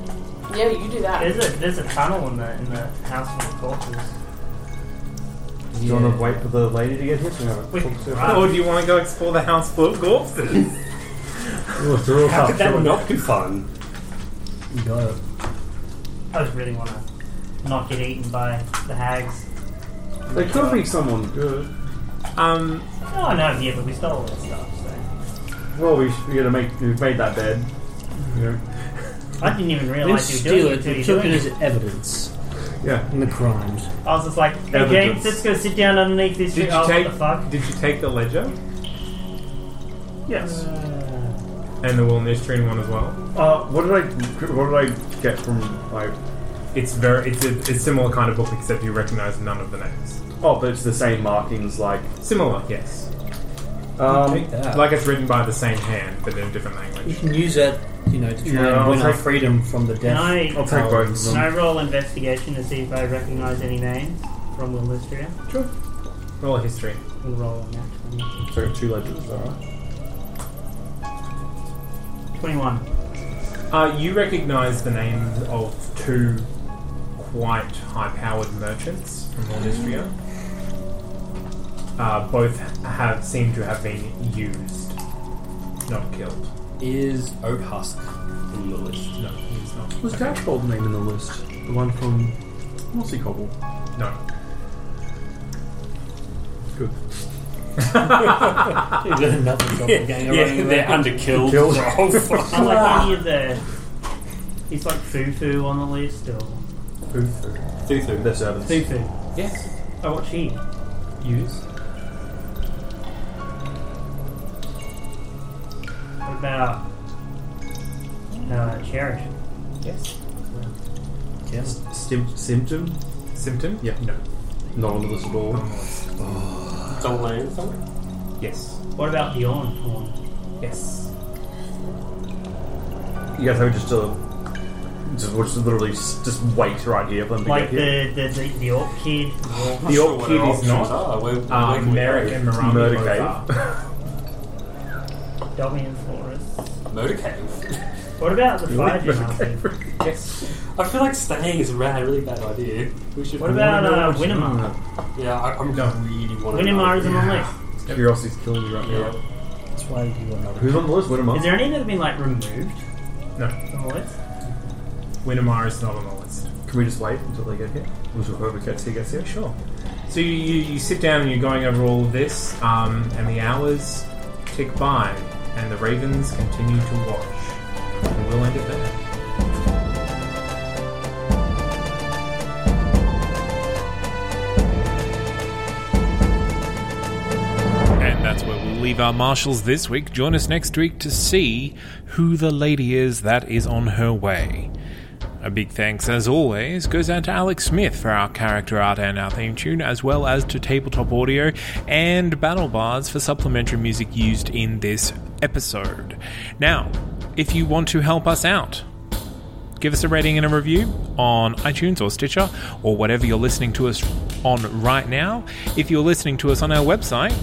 I: Yeah, you do that.
F: There's a there's a tunnel in the in the house for the corpses.
G: Do you want to wait for the lady to get here? To have
F: Wait,
C: Or do you want to go explore the house full of corpses?
G: Oh,
H: How could that not be fun?
J: You got it.
F: I just really want to not get eaten by the hags.
G: There could be someone good.
C: um,
F: Oh no, yeah, but we stole all their stuff. So
G: Well, we should, we gotta make we've made that bed. Yeah.
F: I didn't even
J: Didn't
F: realize you
J: steal
F: were doing it
J: it, they
F: until you
J: took
F: doing
J: it
F: it.
J: as evidence
G: yeah.
J: in the crimes.
F: I was just like, hey,
G: Evidence.
F: James, let's go sit down underneath this.
C: did
F: tree.
C: you
F: oh,
C: take
F: what the fuck?
C: Did you take the ledger
G: Yes.
C: and the Wilnestrian one as well?
G: Uh, what did I what did I get from my?
C: It's very it's a, it's a similar kind of book except you recognise none of the names.
G: Oh, but it's the same markings. Like
C: Similar, yes.
G: um,
J: that.
C: Like it's written by the same hand, but in a different
J: you
C: language.
J: can use that, you know, to try
G: Yeah,
J: and
G: I'll
J: win our
G: take-
J: freedom from the
F: Can
J: death.
F: I?
G: I'll take both of
F: Can
G: them.
F: I roll investigation to see if I recognise any names from Willistria?
C: Roll history.
F: We'll roll on that.
G: So I got two ledgers. Alright.
F: 21.
C: Uh, you recognise the names of two quite high-powered merchants from Wilnestria.
K: Uh, both have seem to have been used, not killed.
L: Is Oat Husk in your list?
K: No, he's not.
M: Was Dashbold name in the list? The one from Mossy Cobble?
K: No.
M: Good.
L: There's another goblin gang
N: Yeah,
L: around
N: they're
L: there.
N: underkilled.
L: Killed.
N: Oh, fuck.
O: Are like any of the. He's like Fufu on the list or.
M: Fufu.
L: Fufu.
M: Their servants.
O: Fufu. Yes. Oh, what's she?
L: Use.
O: What about. Uh, Cherish?
K: Yes.
L: Yes.
M: Stim- symptom?
K: Symptom?
M: Yeah.
K: No.
M: Not on the list at all.
N: It's on land somewhere.
K: Yes.
O: What about Dion?
K: Yes.
M: You guys have just to. Just, we'll just literally s- just wait right here for them to
O: Like
M: get here.
O: the, the, the, the Orc kid? Or
K: The orc kid is not.
N: Ah, where,
O: Uh,
N: where
K: Um,
N: can we
K: Merrick
N: go?
K: and Marami
M: Murder
K: both
M: cave.
K: are.
O: Domian Forest?
N: Motor cave.
O: What about the Fire Genasi?
K: Yes.
N: I feel like staying is a really, really bad idea. We should.
O: What about uh, Winnemar?
N: Yeah, I, I'm
K: No.
N: really want to.
O: Winnemar is on the list.
M: Curiosity's killing you right now.
L: That's why you are not.
M: Who's on the list? Wintermark?
O: Is there any that have been like removed
K: No.
O: from the list?
K: Winnemar is not on the list.
M: Can we just wait until they get here? Until whoever gets here gets here? Sure.
K: So you, you, you sit down and you're going over all of this, um, and the hours tick by, and the ravens continue to watch. And we'll end it there.
C: And that's where we'll leave our marshals this week. Join us next week to see who the lady is that is on her way. A big thanks, as always, goes out to Alex Smith for our character art and our theme tune, as well as to Tabletop Audio and Battle Bars for supplementary music used in this episode. Now, if you want to help us out, Give us a rating and a review on iTunes or Stitcher or whatever you're listening to us on right now. If you're listening to us on our website,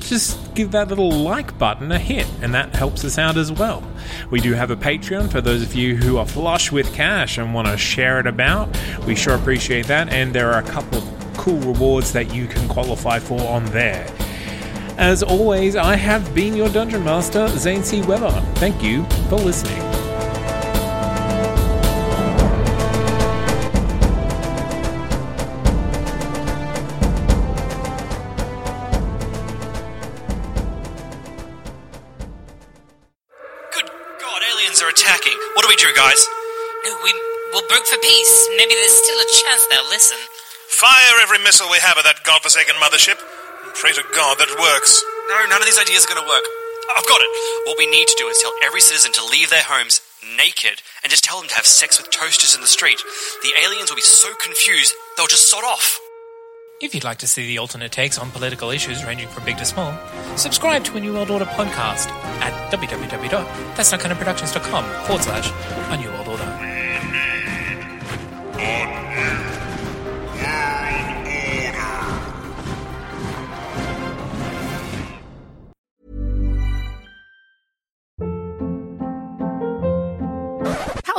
C: just give that little like button a hit, and that helps us out as well. We do have a Patreon for those of you who are flush with cash and want to share it about. We sure appreciate that, and there are a couple of cool rewards that you can qualify for on there. As always, I have been your Dungeon Master, Zane C. Weber. Thank you for listening.
F: Good God, aliens are attacking. What do we do, guys?
I: No, we, we'll broke for peace. Maybe there's still a chance they'll listen.
P: Fire every missile we have at that godforsaken mothership. And pray to God that it works.
F: No, none of these ideas are going to work. I've got it. What we need to do is tell every citizen to leave their homes naked and just tell them to have sex with toasters in the street. The aliens will be so confused, they'll just sod off.
I: If you'd like to see the alternate takes on political issues ranging from big to small, subscribe to a New World Order podcast at www.thatsnotkindofproductions.com forward slash a New World Order.